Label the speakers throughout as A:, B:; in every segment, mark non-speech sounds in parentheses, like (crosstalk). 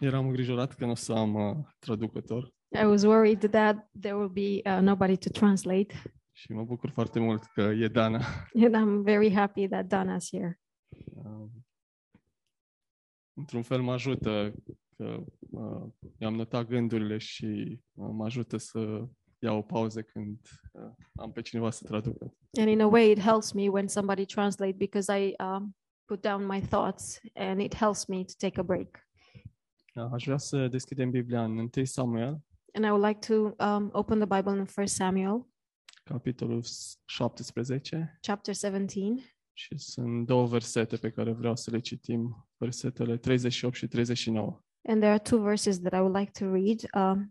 A: Eram îngrijorat că nu o să am uh, traducător
B: I was worried that there will be uh, nobody to translate, (laughs)
A: și mă bucur foarte mult că e Dana.
B: and I'm very happy that Dana's here.
A: Uh, Într-un fel mă ajută că uh, i-am notat gândurile și uh, mă ajută să iau o pauză când uh, am pe cineva să traducă.
B: And in a way, it helps me when somebody translates because I um, put down my thoughts and it helps me to take a break.
A: Uh, Aș vrea să deschidem Biblia în 1 Samuel,
B: And I would like to um, open the Bible in 1 Samuel
A: capitolul 17,
B: chapter 17.
A: Și sunt două versete pe care vreau să le citim, versetele 38 și 39.
B: And there are two verses that I would like to read um,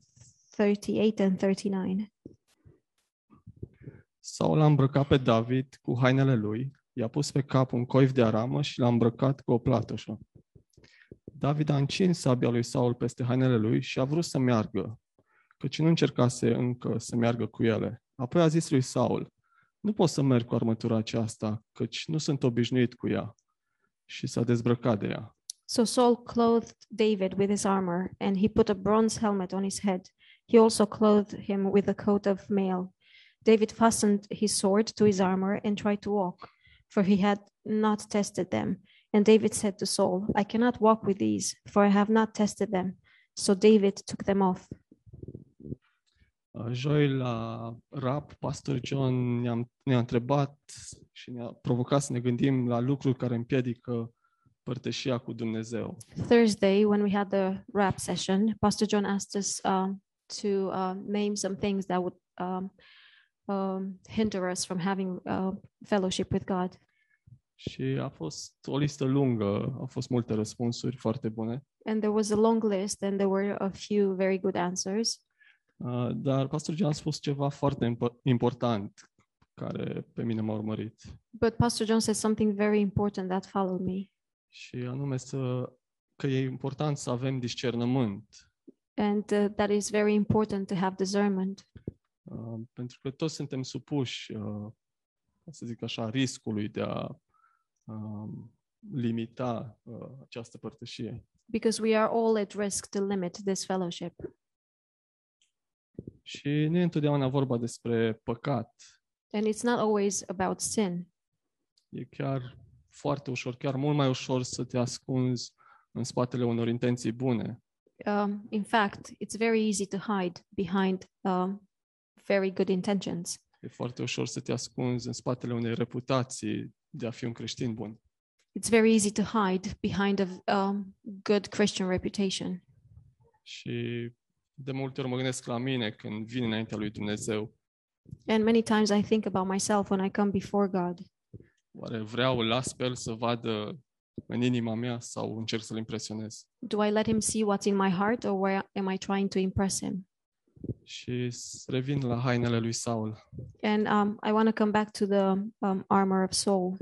B: 38 and 39.
A: Saul l-a îmbrăcat pe David cu hainele lui, i-a pus pe cap un coif de aramă și l-a îmbrăcat cu o platoșă. David a încins sabia lui Saul peste hainele lui și a vrut să meargă, căci nu încercase încă să meargă cu ele. Apoi a zis lui Saul, nu pot să merg cu armătura aceasta, căci nu sunt obișnuit cu ea. Și s-a dezbrăcat de ea.
B: So Saul clothed David with his armor, and he put a bronze helmet on his head. He also clothed him with a coat of mail. David fastened his sword to his armor and tried to walk, for he had not tested them. And David said to Saul, I cannot walk with these, for I have not tested them. So David took them off.
A: Uh, Joi la rap, pastor John ne-a, ne-a întrebat și ne-a provocat să ne gândim la lucruri care împiedică părtășia cu Dumnezeu.
B: Thursday, when we had the rap session, Pastor John asked us uh, to uh, name some things that would um, um, hinder us from having uh, fellowship with God.
A: Și a fost o listă lungă, au fost multe răspunsuri foarte bune,
B: And there was a long list, and there were a few very good answers.
A: Uh, dar pastor John a spus ceva foarte impo- important care pe mine m-a urmărit
B: But Pastor John said something very important that followed me,
A: și anume să, că e important să avem discernământ,
B: and uh, that is very important to have discernment
A: Uh, pentru că toți suntem supuși, uh, ca să zic așa, riscului de a um, limita uh, această părtășie.
B: because we are all at risk to limit this fellowship.
A: Și nu e întotdeauna vorba despre păcat.
B: And it's not always about sin.
A: E chiar foarte ușor, chiar mult mai ușor să te ascunzi în spatele unor intenții bune.
B: Um, in fact, it's very easy to hide behind um, very good intentions.
A: E foarte ușor să te ascunzi în spatele unei reputații de a fi un creștin bun.
B: It's very easy to hide behind a v- um, good Christian reputation.
A: Și de multe ori mă gândesc la mine când vin înaintea lui Dumnezeu.
B: And many times I think about myself when I come before God.
A: Oare vreau, îl las pe el să vadă în inima mea sau încerc să-l impresionez?
B: Do I let him see what's in my heart or where am I trying to impress him?
A: Și s- revin la hainele lui Saul.
B: And um, I want to come back to the um, armor of Saul.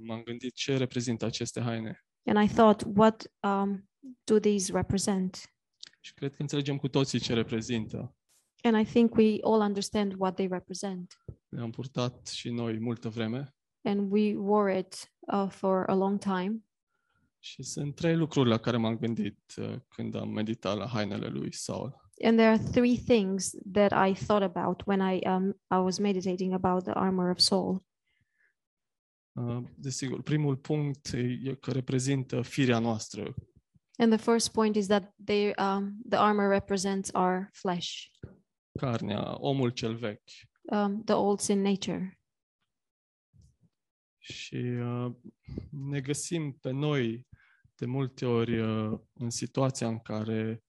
A: M-am gândit ce reprezintă aceste haine.
B: And I thought, what um, do these represent?
A: Și cred că înțelegem cu toții ce reprezintă.
B: And I think we all understand what they represent.
A: Le-am purtat și noi multă vreme.
B: And we wore it uh, for a long time.
A: Și sunt trei lucruri la care m-am gândit uh, când am meditat la hainele lui Saul.
B: And there are three things that I thought about when I, um, I was meditating about the armor of Saul.
A: Uh, Desigur, primul punct e că reprezintă firea noastră,
B: And the first point is that they, um, the armor represents our flesh,
A: carnea, omul cel vechi.
B: um, the old sin nature.
A: Și uh, ne găsim pe noi de multe ori uh, în situația în care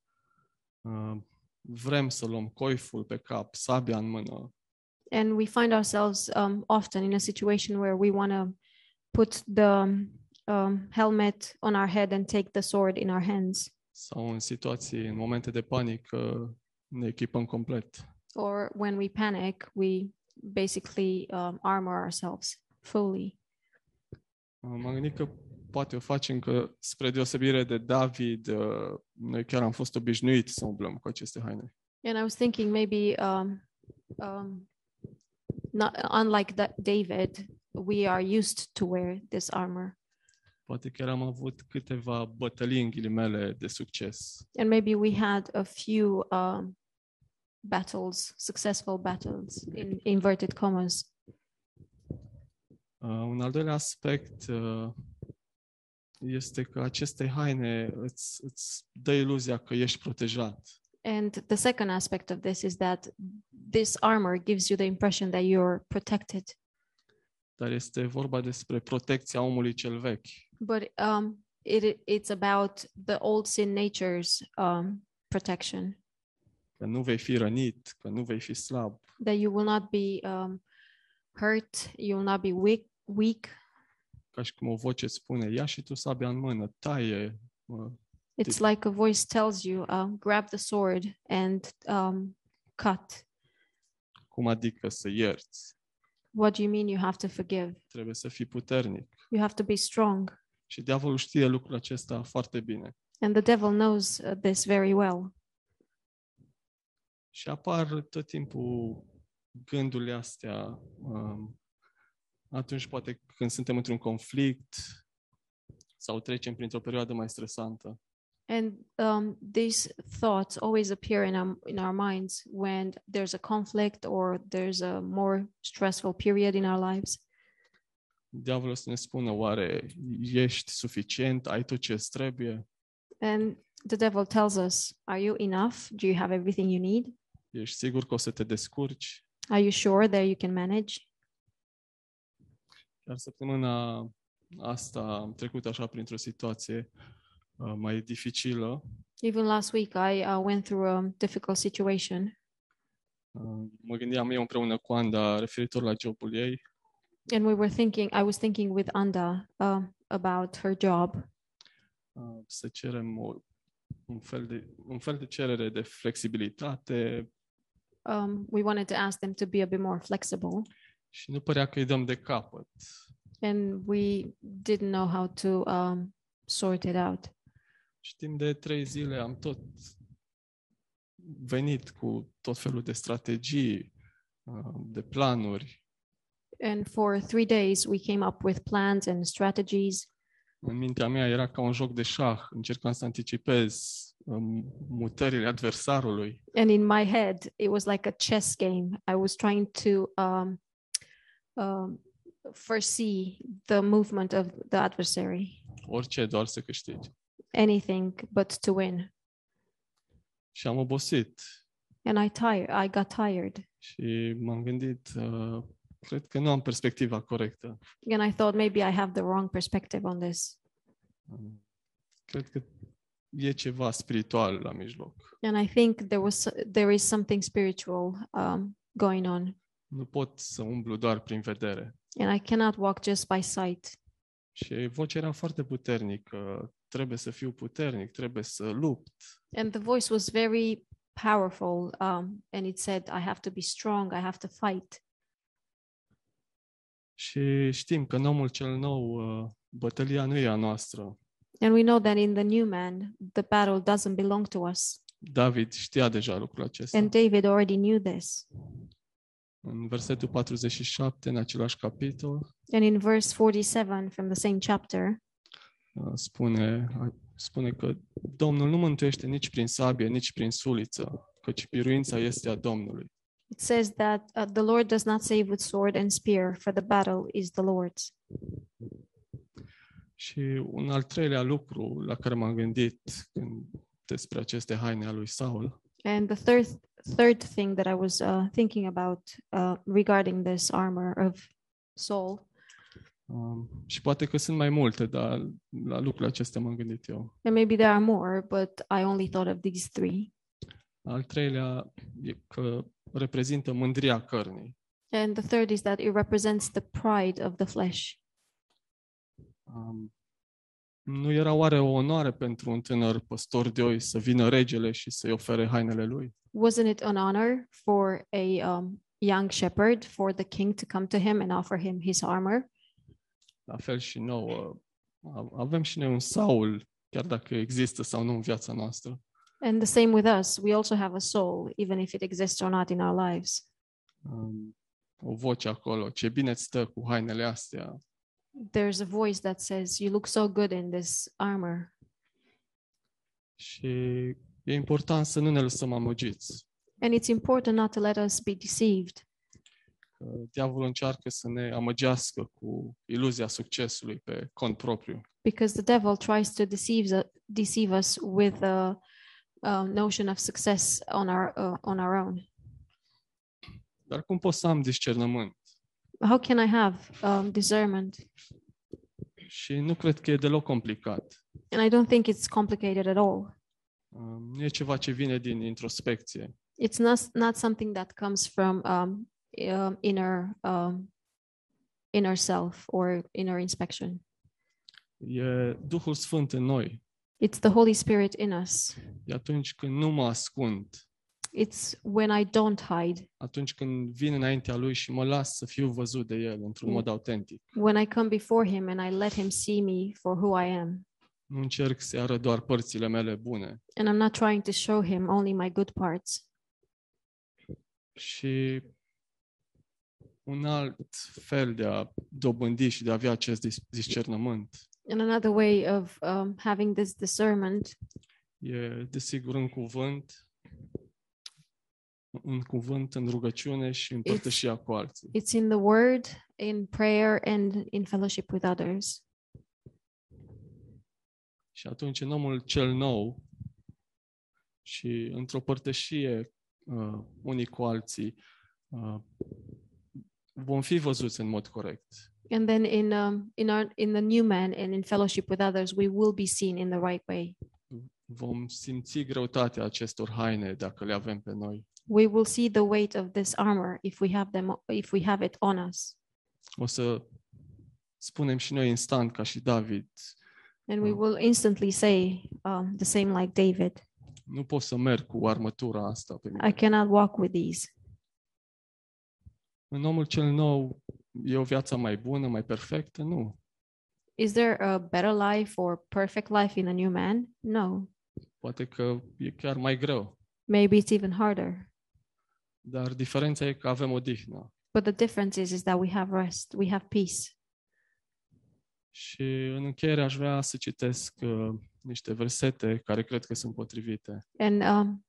A: uh, vrem să luăm coiful pe cap, sabia în mână,
B: and we find ourselves um, often in a situation where we want to put the um, helmet on our head and take the sword in our hands
A: sau în situații, în momente de panică, ne echipăm complet.
B: or when we panic we basically um, armor ourselves fully
A: Uh, M-am gândit că poate o facem că, spre deosebire de David, uh, noi chiar am fost obișnuiți să umblăm cu aceste haine.
B: and i was thinking maybe um, um, not unlike that david we are used to wear this armor
A: Poate chiar am avut câteva bătălii în ghilimele de succes.
B: And maybe we had a few um, battles, successful battles in inverted commas.
A: Uh, un al doilea aspect uh, este că aceste haine îți, îți dă iluzia că ești protejat.
B: And the second aspect of this is that this armor gives you the impression that you're protected.
A: Dar este vorba despre protecția omului cel vechi.
B: But um, it, it's about the old sin nature's um, protection,
A: Că nu vei fi rănit, că nu vei fi slab.
B: that you will not be um, hurt, you will not be weak, weak.
A: Ca și cum o voce îți spune, ia și tu sabia în mână, taie, mă,
B: It's like a voice tells you, uh, grab the sword and um, cut.
A: cum adică să ierți.
B: What do you mean you have to forgive?
A: Trebuie să fii puternic.
B: You have to be strong.
A: Și diavolul știe lucrul acesta foarte bine.
B: And the devil knows uh, this very well.
A: Și apar tot timpul gândurile astea um, atunci poate când suntem într-un conflict sau trecem printr-o perioadă mai stresantă.
B: And um, these thoughts always appear in our, in our minds when there's a conflict or there's a more stressful period in our lives.
A: Diavolul o să ne spună, oare ești suficient, ai tot ce îți trebuie,
B: And the devil tells us, Are you enough? Do you have everything you need?
A: ești sigur că o să te descurci.
B: Are you sure that you can manage?
A: Iar săptămâna asta am trecut așa printr-o situație uh, mai dificilă.
B: Even last week, I uh, went through a difficult situation
A: Uh, Mă gândeam eu împreună cu Anda referitor la jobul ei
B: and we were thinking, I was thinking with Anda uh, about her job
A: uh, să cerem o, un, fel de, un fel de cerere de flexibilitate
B: um, we wanted to ask them to be a bit more flexible
A: și nu părea că îi dăm de capăt.
B: and we didn't know how to um, sort it out
A: Și timp de trei zile am tot venit cu tot felul de strategii, uh, de planuri.
B: and for three days we came up with plans and strategies
A: În mintea mea era ca un joc de șah, încercam să anticipez um, mutările adversarului.
B: and in my head it was like a chess game i was trying to um, um, foresee the movement of the adversary
A: Orice, doar să câștigi.
B: anything but to win
A: Și am obosit
B: and i tired i got tired
A: și m-am gândit, uh, cred că nu am perspectiva corectă.
B: and i thought maybe i have the wrong perspective on this
A: Um, Cred că e ceva spiritual la mijloc.
B: and i think there was there is something spiritual um, going on
A: Nu pot să umblu doar prin vedere.
B: and i cannot walk just by sight
A: Și vocea era foarte puternică. Trebuie să fiu puternic, trebuie să lupt.
B: and the voice was very powerful um, and it said i have to be strong i have to fight
A: Și știm că în omul cel nou, uh, bătălia nu e a noastră.
B: And we know that in the new man, the battle doesn't belong to us.
A: David știa deja lucrul acesta.
B: And David already knew this.
A: În versetul 47, în același capitol,
B: And in verse 47 from the same chapter,
A: uh, spune, spune că Domnul nu mântuiește nici prin sabie, nici prin suliță, căci biruința este a Domnului.
B: it says that uh, the Lord does not save with sword and spear, for the battle is the Lord's.
A: Și un al treilea lucru la care m-am gândit când despre aceste haine a lui Saul
B: And the third, third thing that I was uh, thinking about uh, regarding this armor of Saul,
A: um, și poate că sunt mai multe, dar la lucrul acesta m-am gândit eu.
B: and maybe there are more, but I only thought of these three.
A: Al treilea e că reprezintă mândria cărnii.
B: And the third is that it represents the pride of the flesh.
A: Um, nu era oare o onoare pentru un tânăr păstor de oi să vină regele și să-i ofere hainele lui?
B: wasn't it an honor for a um, young shepherd for the king to come to him and offer him his armor
A: La fel și nouă. a- Avem și noi un Saul, chiar dacă există sau nu în viața noastră.
B: and the same with us we also have a soul even if it exists or not in our lives
A: um, o voce acolo, ce bine îți stă cu hainele astea,
B: there's a voice that says, You look so good in this armor.
A: Și e important să nu ne lăsăm amăgiți.
B: And it's important not to let us be deceived.
A: că Diavolul încearcă să ne amăgească cu iluzia succesului pe cont propriu.
B: because the devil tries to deceive us, deceive us with a, uh notion of success on our uh, on our own.
A: Dar cum pot să am discernământ?
B: How can I have um, discernment?
A: Și nu cred că e deloc complicat.
B: And I don't think it's complicated at all.
A: Um, Nu e ceva ce vine din introspecție.
B: It's not not something that comes from um, um, inner um, inner self or inner inspection.
A: E Duhul Sfânt în noi.
B: It's the Holy Spirit in us.
A: E atunci când nu mă ascund,
B: It's when I don't hide,
A: atunci când vin înaintea Lui și mă las să fiu văzut de El într-un
B: Mm.
A: mod autentic.
B: when I come before Him and I let Him see me for who I am,
A: Nu încerc să arăt doar părțile mele bune.
B: and I'm not trying to show Him only my good parts.
A: Și un alt fel de a dobândi și de a avea acest dis- discernământ
B: And another way of um, having this discernment
A: E, desigur, un cuvânt, un cuvânt în rugăciune și împărtășia cu alții.
B: it's in the word, in prayer, and in fellowship with others.
A: Și atunci, în omul cel nou și într-o părtășie uh, unii cu alții, uh, vom fi văzuți în mod corect.
B: And then in um, in our in the new man and in fellowship with others, we will be seen in the right way.
A: Vom simți greutatea acestor haine dacă le avem pe noi.
B: We will see the weight of this armor if we have them if we have it on us,
A: O să spunem și noi instant, ca și David,
B: and we
A: Mm.
B: will instantly say um, the same like David:
A: nu pot să merg cu armătura asta pe mine.
B: "I cannot walk with these."
A: În omul cel nou e o viață mai bună, mai perfectă? Nu.
B: Is there a better life or perfect life in a new man? No.
A: Poate că e chiar mai greu.
B: Maybe it's even harder.
A: Dar diferența e că avem o dihnă.
B: But the difference is, is that we have rest, we have peace.
A: Și în încheiere aș vrea să citesc uh, niște versete care cred că sunt potrivite.
B: And um,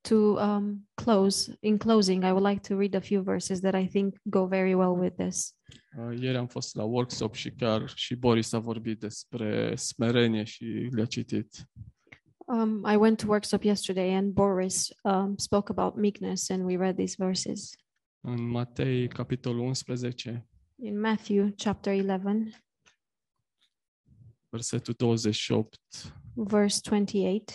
B: to um, close, in closing, I would like to read a few verses that I think go very well with this.
A: Uh, ieri am fost la workshop și chiar și Boris a vorbit despre smerenie și le-a citit.
B: Um, I went to workshop yesterday, and Boris um, spoke about meekness, and we read these verses
A: În Matei, capitolul 11,
B: in Matthew chapter eleven,
A: versetul 28.
B: verse twenty-eight.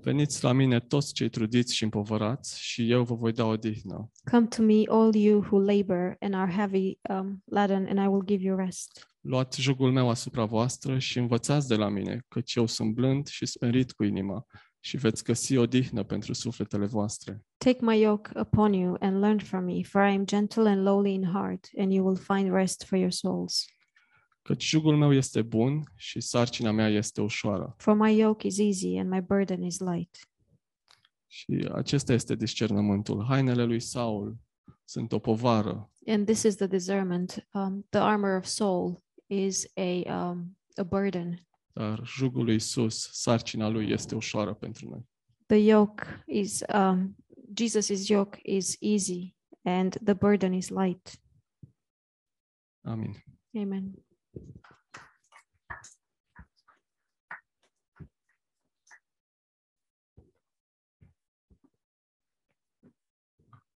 A: Veniți la mine toți cei trudiți și împovărați și eu vă voi da o dihnă.
B: Come to me, all you who labor and are heavy um, laden, and I will give you rest.
A: Luați jugul meu asupra voastră și învățați de la mine, căci eu sunt blând și smerit cu inima și veți găsi odihnă pentru sufletele voastre.
B: Take my yoke upon you and learn from me, for I am gentle and lowly in heart, and you will find rest for your souls.
A: Căci jugul meu este bun și sarcina mea este ușoară.
B: For my yoke is easy and my burden is light.
A: Și acesta este discernământul. Hainele lui Saul sunt o povară,
B: And this is the discernment. Um, the armor of soul is a um, a burden.
A: dar jugul lui Isus, sarcina lui este ușoară pentru noi.
B: The yoke is um, Jesus's yoke is easy, and the burden is light.
A: Amin.
B: Amen.